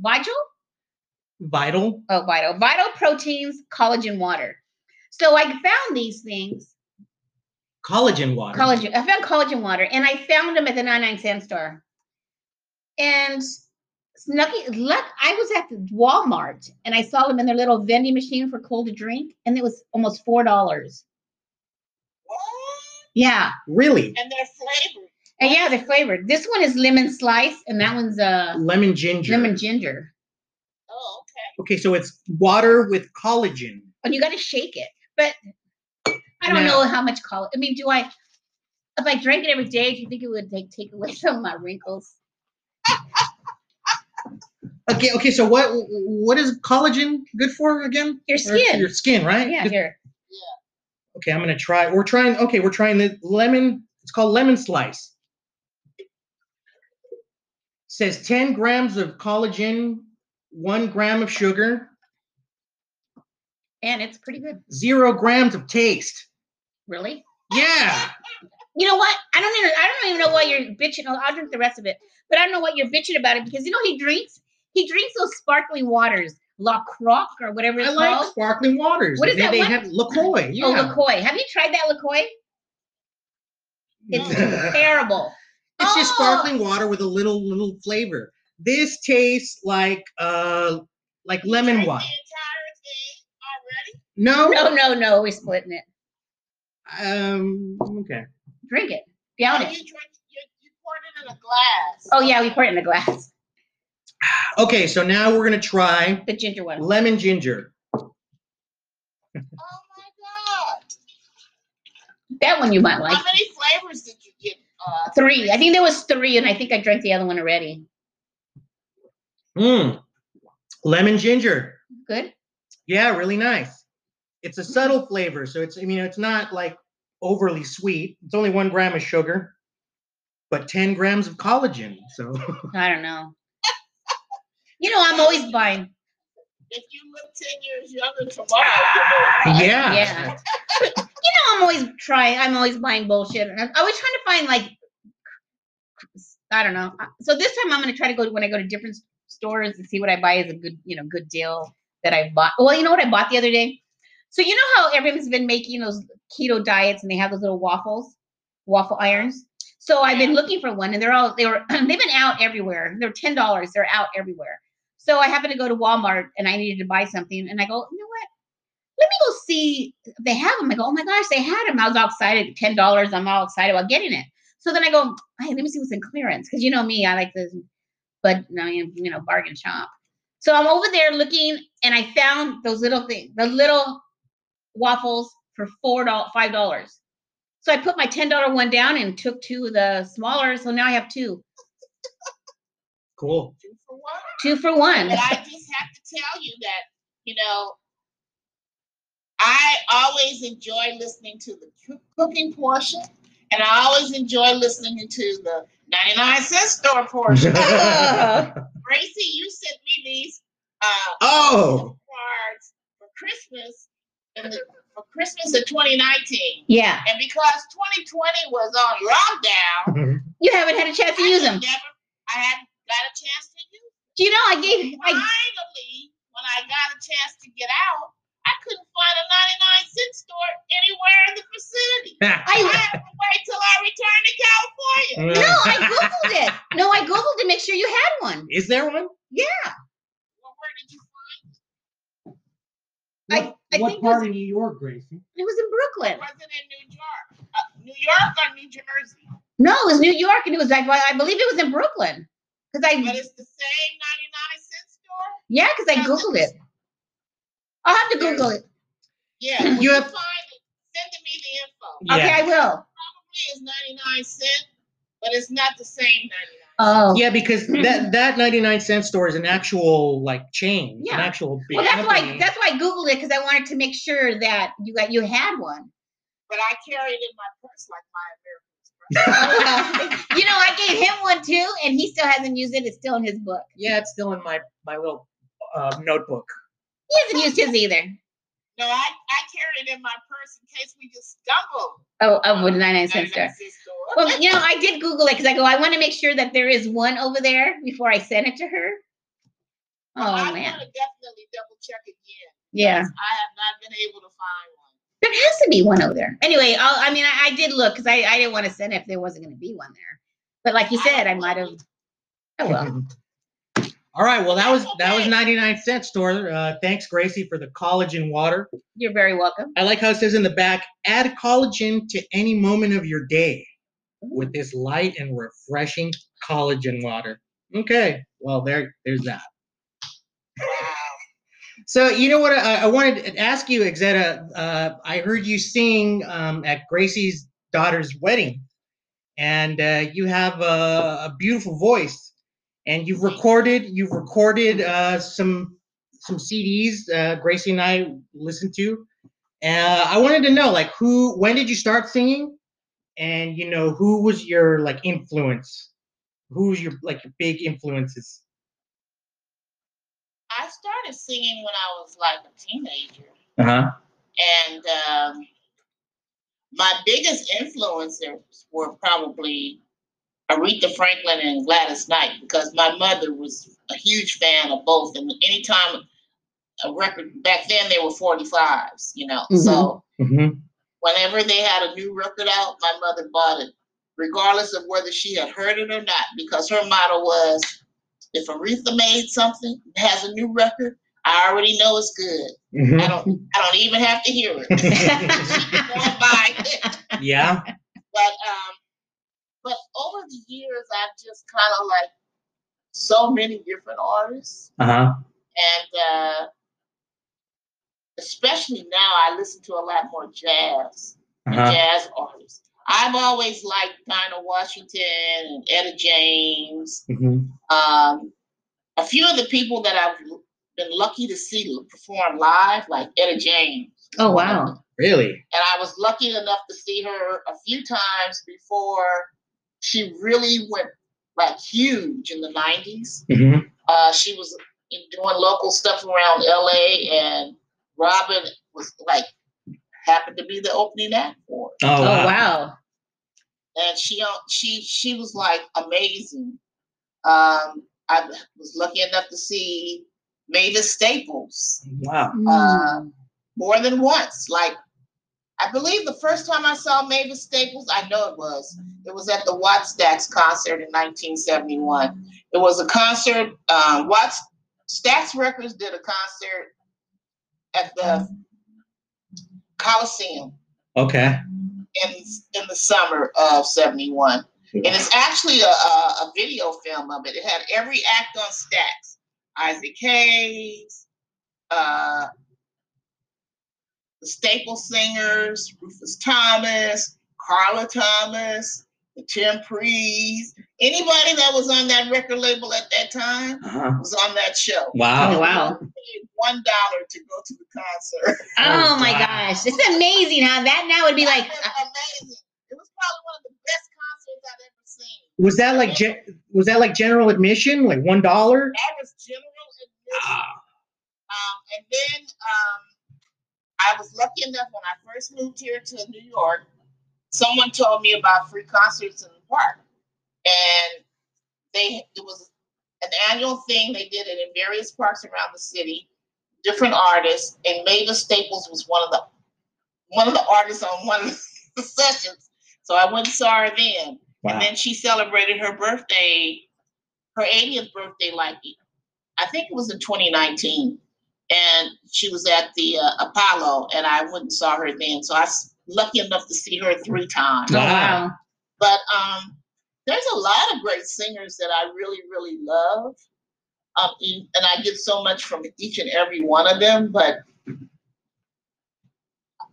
S1: Vigil.
S2: Vital.
S1: Oh, vital. Vital proteins, collagen water. So I found these things.
S2: Collagen water.
S1: Collagen. I found collagen water, and I found them at the 99 cent store. And Snucky, luck, I was at the Walmart, and I saw them in their little vending machine for cold to drink, and it was almost four dollars.
S3: What?
S1: Yeah,
S2: Really?
S3: And they're flavored.
S1: and yeah, they're flavored. This one is lemon slice, and that one's uh
S2: Lemon ginger.
S1: lemon ginger.
S3: Oh, okay.
S2: Okay, so it's water with collagen.
S1: And you got to shake it, but I don't know
S2: No.
S1: how much collagen. I mean, do I? If I drank it every day, do you think it would like take away [laughs] some of my wrinkles?
S2: Okay, okay, so what what is collagen good for again?
S1: Your
S2: Or
S1: skin.
S2: Your skin, right?
S1: Yeah, here.
S2: Okay, I'm gonna try. We're trying. Okay, we're trying the lemon. It's called lemon slice. Says 10 grams of collagen, one gram of sugar,
S1: And it's pretty good,
S2: zero grams of taste.
S1: really. [gasps]
S2: Yeah.
S1: You know what? I don't even I don't even know why you're bitching. I'll I'll drink the rest of it, but I don't know what you're bitching about it because you know he drinks he drinks those sparkling waters, La Croc or whatever it's
S2: I like
S1: called.
S2: sparkling waters.
S1: What is
S2: they,
S1: that
S2: They
S1: one?
S2: have LaCroix. Yeah.
S1: Oh, LaCroix. Have you tried that LaCroix? It's
S2: [laughs] it's
S1: terrible.
S2: just
S1: Oh!
S2: sparkling water with a little little flavor. This tastes like uh like lemon
S3: Drink
S2: water.
S3: The entire thing already?
S2: No.
S1: No, no, no. We're splitting it.
S2: Um. Okay.
S1: Drink it. Down
S3: Oh,
S1: it.
S3: You, drink, you, you poured it in a glass.
S1: Oh yeah, we pour it in the glass.
S2: Okay. So now we're gonna try
S1: The ginger one.
S2: lemon ginger.
S3: Oh my God.
S1: That one you might like.
S3: How many flavors did you get? Uh,
S1: Three. I think there was three, and I think I drank the other one already.
S2: Mmm. Lemon ginger.
S1: Good.
S2: Yeah, really nice. It's a subtle flavor, so it's I mean it's not like overly sweet. It's only one gram of sugar, but ten grams of collagen. So [laughs]
S1: I don't know. You know, I'm always buying.
S3: if you look 10 years younger tomorrow, you
S2: yeah,
S1: Yeah. you know, I'm always trying. I'm always buying bullshit. and I'm always trying to find like, I don't know. So this time I'm gonna try to go when I go to different stores and see what I buy is a good, you know, good deal that I bought. Well, you know what I bought the other day. So you know how everyone's been making those keto diets and they have those little waffles, waffle irons. So I've been looking for one and they're all they were [clears throat] they've been out everywhere. They're ten dollars. They're out everywhere. So I happened to go to Walmart and I needed to buy something and I go, you know what? Let me go see they have them. I go, oh my gosh, they had them. I was all excited. Ten dollars. I'm all excited about getting it. So then I go, hey, let me see what's in clearance because you know me, I like this, but no, you you know, bargain shop. So I'm over there looking, and I found those little things, the little waffles for four dollars, five dollars. So I put my ten dollar one down and took two of the smaller. So now I have two,
S2: cool.
S3: two for one.
S1: two for one.
S3: But I just have to tell you that, you know, I always enjoy listening to the coo- cooking portion, and I always enjoy listening to the 99 cent store
S2: [laughs]
S3: portion.
S1: Oh.
S3: Gracie, you sent me these uh,
S2: oh,
S3: cards for Christmas in the, for Christmas of 2019.
S1: Yeah,
S3: And because 2020 was on lockdown,
S1: you haven't had a chance to
S3: I
S1: use
S3: just
S1: them.
S3: never, I hadn't got a chance to use
S1: Do you know I gave? I,
S3: finally, when I got a chance to get out, I couldn't find a 99 cent store anywhere in the vicinity. I had to wait till I returned to California.
S2: [laughs]
S1: No, I googled it. No, I googled to make sure you had one.
S2: Is there one?
S3: Well, where did you find
S1: I-
S4: What,
S1: I
S4: what
S1: think
S4: part
S1: it's-
S4: of New York, Gracie?
S1: It was in
S3: it?
S1: Brooklyn.
S3: Was it in New York? Uh, New York or New Jersey?
S1: No, it was New York, and it was like well, I believe it was in Brooklyn because
S3: But
S1: I
S3: it's the same 99 cent store?
S1: yeah because I googled it. I'll have to Google it.
S3: Yeah. when
S2: You
S3: You
S2: have-
S3: find it. Send me the info.
S1: Okay, I will.
S3: Probably is 99 cent, but it's not the same 99.
S1: Oh,
S2: Yeah, because that that 99 cent store is an actual like chain,
S1: Yeah.
S2: an actual big
S1: well that's why
S2: company.
S1: that's why I googled it because I wanted to make sure that you got you had one. [laughs]
S3: But I carry it in my purse like my American Express.
S1: you know, I gave him one too, and he still hasn't used it. It's still in his book.
S2: yeah, it's still in my my little uh, notebook.
S1: He hasn't used his either.
S3: No, I, I carry it in my purse in case we just stumble.
S1: Oh, of the 99
S3: at
S1: cent
S3: an
S1: store.
S3: Etsy [laughs] store.
S1: Well, you know, I did Google it because I go, I want to make sure that there is one over there before I send it to her.
S3: Well,
S1: Oh
S3: I'm
S1: man,
S3: gonna definitely double check again.
S1: yeah,
S3: I have not been able to find one.
S1: there has to be one over there. Anyway, I'll, I mean, I, I did look because I, I didn't want to send it if there wasn't going to be one there. But like you
S3: I
S1: said, I
S3: don't
S1: might have.
S3: believe
S1: Oh
S2: [laughs]
S1: well,
S2: All right, well that was that was
S3: Okay.
S2: 99 cent store. Uh, thanks Gracie for the collagen water.
S1: you're very welcome.
S2: I like how it says in the back, add collagen to any moment of your day
S1: [laughs]
S2: with [laughs] this light and refreshing collagen water. Okay, well there there's that. [laughs]
S3: Wow.
S2: So you know what I, I wanted to ask you, Exetta. Uh, I heard you sing um, at Gracie's daughter's wedding, and uh, you have a, a beautiful voice. And you've recorded you've recorded uh, some some CDs uh, Gracie and I listened to. Uh, I wanted to know like who when did you start singing, and you know who was your like influence, who was your like your big influences.
S3: I started singing when I was like a teenager,
S2: Uh huh.
S3: and um, my biggest influencers were probably Aretha Franklin and Gladys Knight because my mother was a huge fan of both. And anytime a record back then, they were forty fives, you know, so.
S2: Mm-hmm.
S3: whenever they had a new record out, my mother bought it, regardless of whether she had heard it or not, because her motto was, if Aretha made something, has a new record, I already know it's good.
S2: Mm-hmm.
S3: I don't, I don't even have to hear it. [laughs]
S2: [laughs]
S1: Oh,
S3: I'll buy it.
S2: yeah.
S3: But um, but over the years, I've just kind of like so many different artists.
S2: Uh huh.
S3: and uh, especially now I listen to a lot more jazz and
S2: Uh-huh.
S3: jazz artists. I've always liked Dinah Washington and Etta James.
S2: Mhm.
S3: Um, a few of the people that I've l- been lucky to see l- perform live, like Etta James.
S1: Oh wow,
S2: Really?
S3: And I was lucky enough to see her a few times before she really went like huge in the 90s.
S2: Mm-hmm.
S3: Uh, she was in- doing local stuff around LA, and Robin was like happened to be the opening act for it.
S2: Oh,
S1: oh
S2: wow.
S1: wow,
S3: And she uh, she she was like amazing. Um, I was lucky enough to see Mavis Staples
S1: Mm.
S2: Wow.
S1: Hmm. Oh,
S3: uh, more than once. Like I believe the first time I saw Mavis Staples, I know it was it was at the Watt Stacks concert in 1971. It was a concert. Um, Watt Stax Records did a concert at the Coliseum
S2: Okay.
S3: in in the summer of '71, and it's actually a, a, a video film of it. It had every act on Stax, Isaac Hayes, uh, the Staple Singers, Rufus Thomas, Carla Thomas, the Temprees, anybody that was on that record label at that time
S2: Uh-huh.
S3: was on that show.
S1: oh
S2: Wow.
S1: wow.
S3: Paid One dollar to go to the concert.
S1: Oh,
S2: Oh,
S1: my
S2: wow.
S1: gosh, it's amazing how that now would be like.
S3: It was amazing. It was probably one of the best concerts I've ever seen.
S2: Was that like gen- was that like general admission, like one dollar?
S3: That was general admission. Um, and then um, I was lucky enough when I first moved here to New York, someone told me about free concerts in the park, and they it was an annual thing they did it in various parks around the city. different artists, and Mavis Staples was one of the one of the artists on one of the [laughs] sessions. So I went and saw her then.
S2: Wow.
S3: And then she celebrated her birthday, her 80th birthday, like I think it was in 2019. And she was at the uh, Apollo, and I went and saw her then. So I was lucky enough to see her three times.
S2: Wow.
S1: oh, Wow.
S3: But um, there's a lot of great singers that I really, really love. Um, e- and I get so much from each and every one of them. But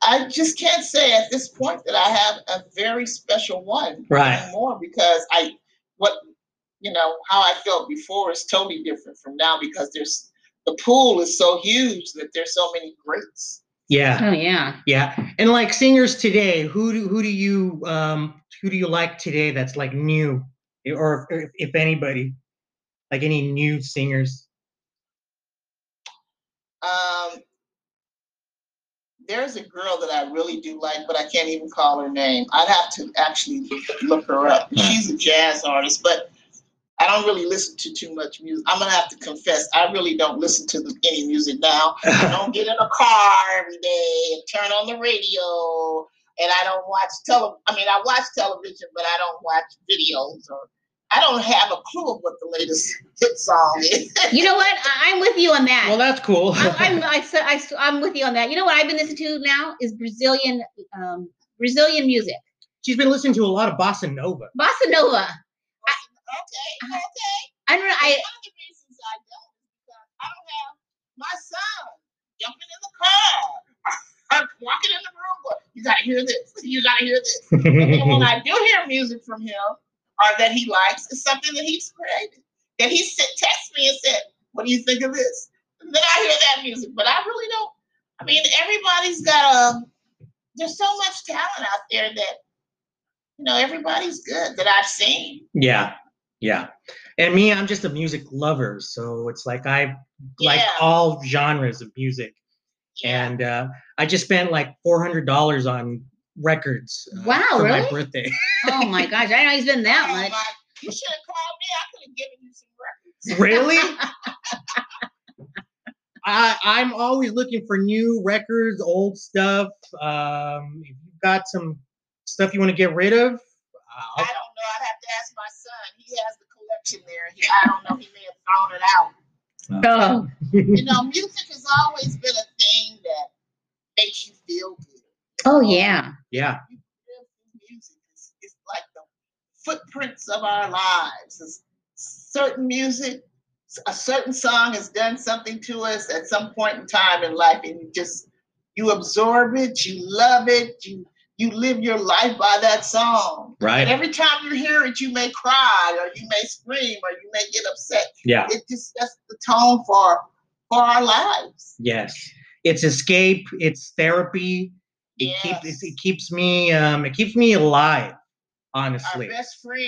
S3: I just can't say at this point that I have a very special one
S2: Right.
S3: more because I what you know how I felt before is totally different from now because there's the pool is so huge that there's so many greats.
S2: Yeah.
S1: Oh yeah.
S2: Yeah, and like singers today, who do who do you um who do you like today that's like new, or if, if anybody, like any new singers?
S3: Um, there's a girl that I really do like, but I can't even call her name. I'd have to actually look her up. She's a jazz artist, but I don't really listen to too much music. I'm gonna have to confess, I really don't listen to the, any music now. I don't get in a car every day and turn on the radio. And I don't watch tele. I mean, I watch television, but I don't watch videos or I don't have a clue of what the latest hit song is.
S1: [laughs]
S3: [laughs]
S1: You know what? I, I'm with you on that.
S2: well, that's cool.
S1: I, I'm I, so- I, am with you on that. You know what I've been listening to now is Brazilian um, Brazilian music,
S2: She's been listening to a lot of bossa nova.
S1: bossa nova.
S3: okay, okay.
S1: I don't know. I
S3: One of the reasons I don't is because I don't have my son jumping in the car, [laughs] or walking in the room. going, You gotta hear this. You gotta hear this. And when I do hear music from him or that he likes, it's something that he's created. That he sent text me and said, What do you think of this? And then I hear that music, but I really don't. I mean, everybody's got a, there's so much talent out there that, you know, everybody's good that I've seen.
S2: [laughs] yeah, yeah. And me, I'm just a music lover, so it's like I like
S3: Yeah.
S2: all genres of music,
S3: Yeah.
S2: and uh, I just spent like four hundred dollars on records. uh,
S1: Wow,
S2: for my
S1: really?
S2: birthday. [laughs]
S1: oh my gosh, I didn't know he's been that
S3: Oh
S1: much.
S3: my- you should have called me. I could have given you some records.
S2: really? [laughs] I, I'm always looking for new records, old stuff. Um, if you've got some stuff you want to get rid of, uh, I'll- [laughs]
S3: I don't know. I'd have to ask my son. He has the collection there. He, I don't know. He may have thrown it out.
S1: oh,
S3: you know, music has always been a thing that makes you feel good.
S1: oh yeah.
S2: yeah,
S3: Music is it's like the footprints of our lives. It's certain music, a certain song has done something to us at some point in time in life, and you just you absorb it, you love it, you you live your life by that song. And
S2: right,
S3: every time you hear it, you may cry, or you may scream, or you may get upset.
S2: yeah,
S3: It just sets the tone for for our lives.
S2: yes. It's escape. It's therapy. It keeps
S3: Yes.
S2: it keeps me um, it keeps me alive.
S3: our
S2: Honestly,
S3: best friend.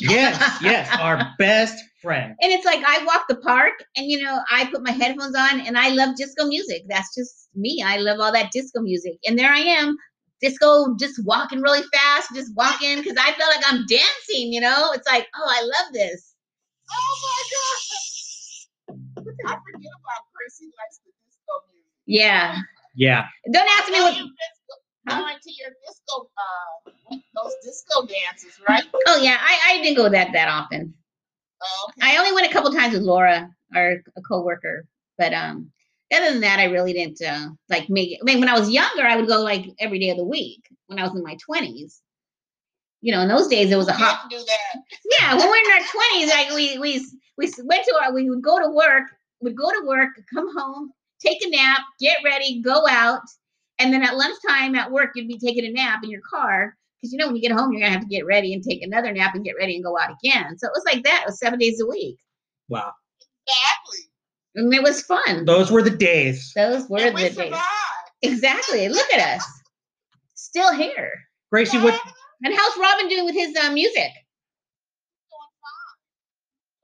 S2: yes, yes, our best friend.
S1: And it's like I walk the park, and you know I put my headphones on, and I love disco music. That's just me. I love all that disco music, and there I am, disco, just walking really fast, just walking because I feel like I'm dancing. You know, it's like oh, I love this.
S3: Oh my god! I forget about Gracie likes the disco music.
S1: Yeah.
S2: Yeah,
S1: Don't ask me
S3: Oh,
S1: what.
S3: you've been
S1: Huh?
S3: Going to your disco, uh, what- those disco dances, right?
S1: Oh yeah, I, I didn't go that that often.
S3: Oh, okay.
S1: I only went a couple times with Laura, our a coworker. But um, other than that, I really didn't uh, like make. it- I mean, when I was younger, I would go like every day of the week. When I was in my twenties, you know, in those days it was a
S3: You
S1: hot.
S3: have to do that.
S1: Yeah, when we're in our twenties, like we we s- we s- went to our we would go to work, would go to work, come home, take a nap, get ready, go out, and then at lunchtime at work you'd be taking a nap in your car because you know when you get home you're gonna have to get ready and take another nap and get ready and go out again. So it was like that. It was seven days a week,
S2: wow.
S3: Exactly.
S1: and it was fun.
S2: Those were the days.
S1: Those were
S3: And
S1: the
S3: we
S1: days.
S3: survived.
S1: Exactly. Look at us, still here.
S2: Gracie, what?
S3: Survived.
S1: And how's Robin doing with his uh, music?
S3: Doing fine.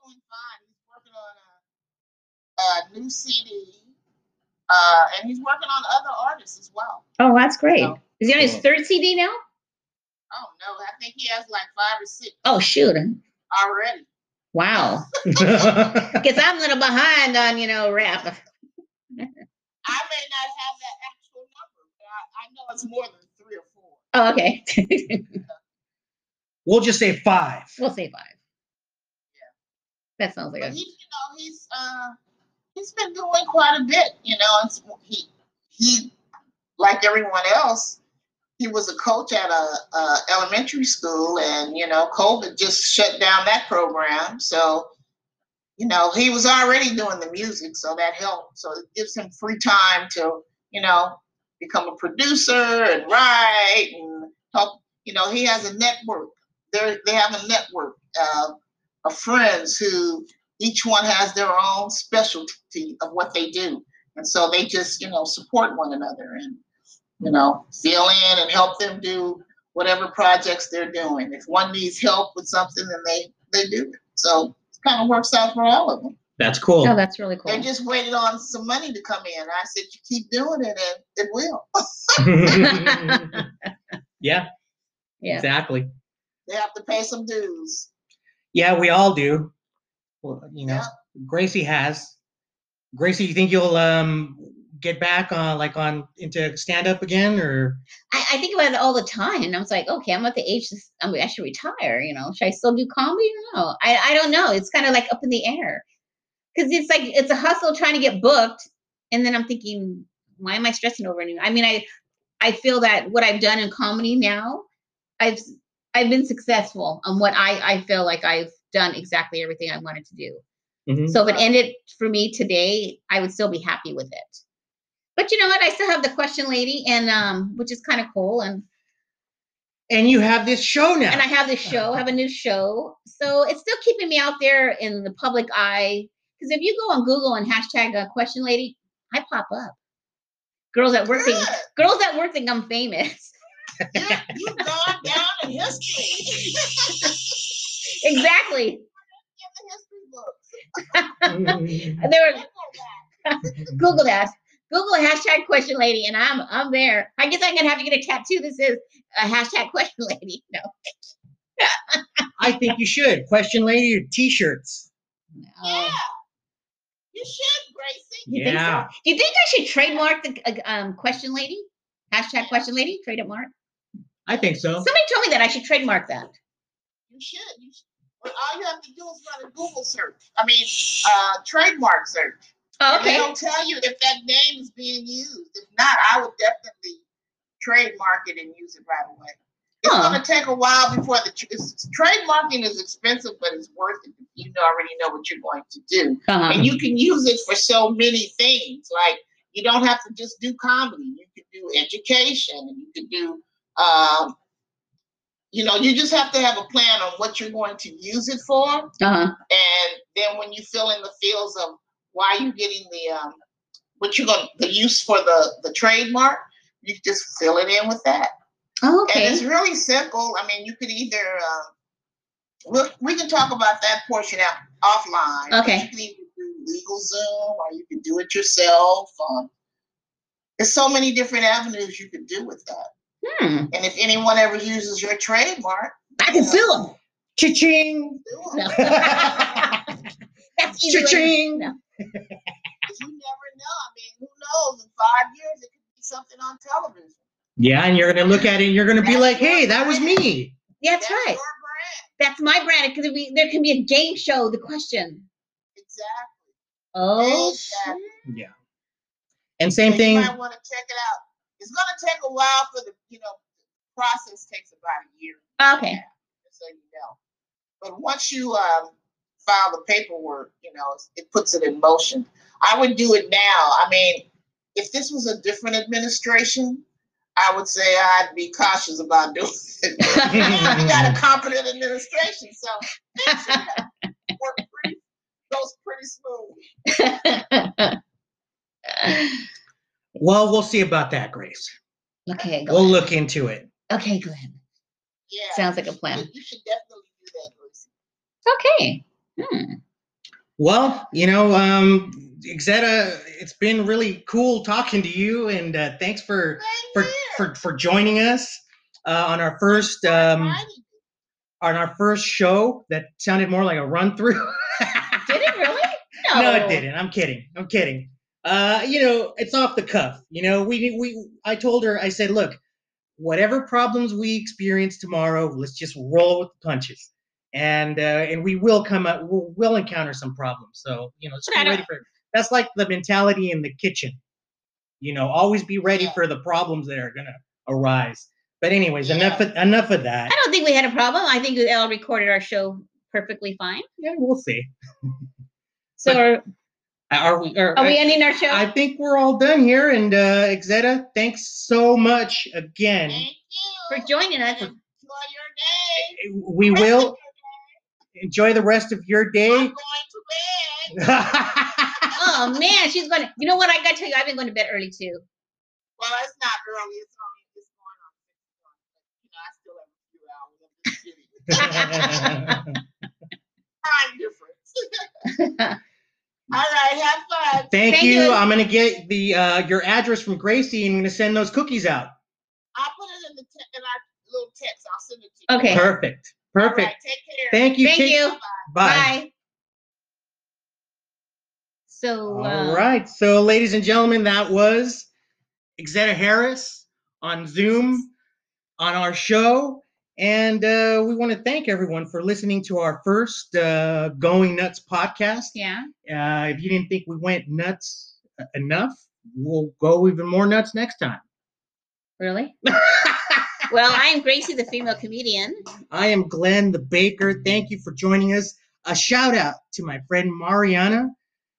S3: Doing fine. He's working on a, a new CD, uh, and he's working on other artists as well.
S1: Oh, that's great.
S3: Oh.
S1: Is he on his
S2: Yeah.
S1: third CD now?
S3: I don't know. I think he has like five or six
S1: Oh shoot!
S3: already.
S1: Wow. Because I'm a little behind on, you know, rap.
S3: I may not have that actual number, but I, I know it's more than three or four.
S1: Oh, okay.
S2: [laughs]
S1: [laughs]
S2: We'll just say five.
S1: we'll say five. That sounds like
S3: But
S1: a,
S3: he, you know, he's uh, he's been doing quite a bit. You know, it's, he he like everyone else, he was a coach at a, a elementary school, and you know, COVID just shut down that program. So, you know, he was already doing the music, so that helped. So it gives him free time to you know become a producer and write and help. You know, he has a network. They they have a network. Uh, of friends who each one has their own specialty of what they do. And so they just, you know, support one another and, you know, fill in and help them do whatever projects they're doing. If one needs help with something, then they, they do it. So it kind of works out for all of them.
S2: That's cool.
S1: oh, that's really cool.
S3: They just waited on some money to come in. I said, you keep doing it and it will. [laughs]
S2: [laughs] yeah,
S1: yeah.
S2: exactly.
S3: They have to pay some dues.
S2: Yeah, we all do. Well, you know,
S3: Yeah.
S2: Gracie has. Gracie, you think you'll um get back on like on into stand up again or
S1: I, I think about it all the time. And I was like, okay, I'm at the age, this- I, mean, I should retire. You know, should I still do comedy? or No, I, I don't know. It's kind of like up in the air because it's like, it's a hustle trying to get booked. And then I'm thinking, why am I stressing over anything? I mean, I, I feel that what I've done in comedy now, I've, s- I've been successful on what I, I feel like I've done exactly everything I wanted to do.
S2: Mhm.
S1: So if it ended for me today, I would still be happy with it. But you know what? I still have the question lady, and um, which is kind of cool, and
S2: and you have this show now.
S1: and I have this show, I have a new show, so it's still keeping me out there in the public eye. Because if you go on Google and hashtag uh, question lady, I pop up. Girls at work think
S3: Good.
S1: girls at work think I'm famous. [laughs]
S3: You, you've gone down in history. [laughs]
S1: exactly.
S3: in the history books.
S2: Mhm.
S1: They were
S3: Look at that.
S2: [laughs]
S1: Google that. Google hashtag question lady, and I'm I'm there. I guess I'm gonna have to get a tattoo that says a hashtag question lady. [laughs] No.
S2: I think you should. Question lady t-shirts.
S1: Uh,
S3: Yeah. You should, Gracie.
S1: You think so?
S2: Yeah.
S1: Do you think I should trademark the uh, um, question lady? Hashtag question lady, trademark.
S2: I think so.
S1: Somebody told me that I should trademark that.
S3: You should. You should. Well, all you have to do is run a Google search. I mean, uh, trademark search.
S1: Oh,
S3: And
S1: okay.
S3: They don't tell you if that name is being used. If not, I would definitely trademark it and use it right away. It's
S1: Huh.
S3: gonna take a while before the tr- it's, trademarking is expensive, but it's worth it. if You already know what you're going to do,
S1: Uh-huh.
S3: and you can use it for so many things. Like you don't have to just do comedy; you can do education, and you can do um, you know, you just have to have a plan on what you're going to use it for.
S1: Uh-huh.
S3: And then when you fill in the fields of why you're getting the, um, what you're going to, the use for the, the trademark, you just fill it in with that.
S1: Oh, okay.
S3: And it's really simple. I mean, you could either, uh, look, we can talk about that portion out offline. but
S1: Okay.
S3: You can either do legal Zoom or you can do it yourself. Um, there's so many different avenues you could do with that.
S1: Hmm.
S3: And if anyone ever uses your trademark,
S1: I can sue him. [laughs]
S2: Cha-ching.
S3: do it.
S1: No. That's easy. way to-
S2: Cha-ching.
S1: No.
S3: you never know. I mean, who knows? In five years, it could be something on television.
S2: Yeah, and you're gonna look at it and you're gonna be
S3: That's
S2: like, hey,
S3: your
S2: that was
S3: brand.
S2: me.
S1: Yeah, That's
S3: your
S1: right.
S3: brand.
S1: That's my brand. Because we there can be a game show. The question.
S3: Exactly.
S1: Oh.
S3: Exactly.
S1: shit.
S2: Yeah. And same
S3: And
S2: thing.
S3: You might want to check it out. It's going to take a while for the, you know, the process takes about a year.
S1: Okay. [laughs]
S3: Just so you know. But once you um, file the paperwork, you know, it puts it in motion. I would do it now. I mean, if this was a different administration, I would say I'd be cautious about doing it. [laughs] Now we
S1: Mm-hmm.
S3: got a competent administration, so things should work pretty, goes pretty smooth.
S2: Well, we'll see about that, Grace.
S1: okay. Go
S2: We'll
S1: ahead.
S2: look into it.
S1: Okay, go [laughs] ahead.
S3: Yeah.
S1: Sounds like a
S3: you
S1: plan.
S3: should- You should definitely do that, Lucy.
S1: Okay. Hmm.
S2: Well, you know, um, Exetta, it's been really cool talking to you, and uh, thanks for for,
S3: Thank you.
S2: for for joining us uh, on our first um,
S3: Alrighty.
S2: on our first show. That [laughs] sounded more like a run through.
S1: Did it really?
S2: no, it didn't. I'm kidding. I'm kidding. Uh, you know, it's off the cuff. You know, we we I told her, I said, look, whatever problems we experience tomorrow, let's just roll with the punches. And uh, and we will come up, we'll, we'll encounter some problems. So you know, just
S1: But I
S2: be ready for. That's like the mentality in the kitchen. You know, always be ready
S3: Yeah.
S2: for the problems that are gonna arise. But anyways, enough
S3: Yeah.
S2: of, enough of that.
S1: I don't think we had a problem. I think Elle recorded our show perfectly fine.
S2: Yeah, we'll see.
S1: So are,
S2: Are we? Are,
S1: are we ending our show?
S2: I think we're all done here. And uh, Exeta, thanks so much again.
S3: Thank
S1: for
S3: you.
S1: joining us.
S3: Enjoy your day.
S2: We will enjoy the rest of your
S3: I'm
S2: day.
S3: going to bed.
S1: Oh man, she's going to. You know what? I got to tell you, I've been going to bed early too.
S3: Well, it's not early. It's only it's going on six o'clock. But, you know, I still have a few hours. I'm just
S2: [laughs]
S3: kidding. Time
S2: [laughs]
S3: difference. All right. Have fun.
S2: [laughs] Thank
S1: Thank
S2: you.
S1: you.
S2: I'm gonna get the uh, your address from Gracie, and I'm gonna send those cookies out.
S3: I'll put it in the te- in our little text. I'll send it to you.
S1: Okay.
S2: Perfect.
S3: All
S2: Perfect.
S3: right, take care.
S2: Thank you.
S1: Thank
S2: Take-
S1: you.
S2: Bye.
S1: Bye. So,
S2: All
S1: uh,
S2: right. So, ladies and gentlemen, that was Exeta Harris on Zoom on our show. And uh, we want to thank everyone for listening to our first uh, Going Nuts podcast.
S1: yeah,
S2: Uh, if you didn't think we went nuts uh, enough, we'll go even more nuts next time. [laughs]
S1: really? well, I am Gracie, the female comedian.
S2: I am Glenn the Baker. Thank you for joining us. A shout out to my friend Mariana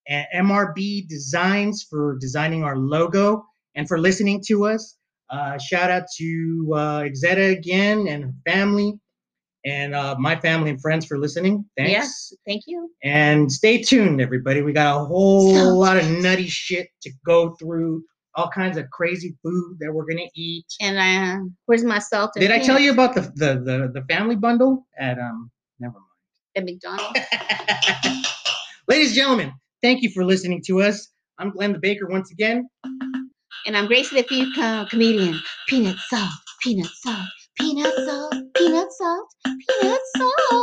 S2: at MRB Designs for designing our logo and for listening to us. Uh, shout out to uh, Exeta again and her family and uh, my family and friends for listening. Thanks.
S1: Yes. Thank you.
S2: And stay tuned, everybody. We got a whole
S1: Sounds
S2: lot of nutty shit to go through, all kinds of crazy food that we're going to eat.
S1: And uh, where's my salt? and
S2: Did I tell
S1: pepper
S2: you about the, the the the family bundle at um? Never
S1: At McDonald's.
S2: mind. Ladies and gentlemen, thank you for listening to us. I'm Glenn the Baker once again.
S1: and I'm Gracie, the female comedian. Peanut salt, peanut salt, peanut salt, peanut salt, peanut salt.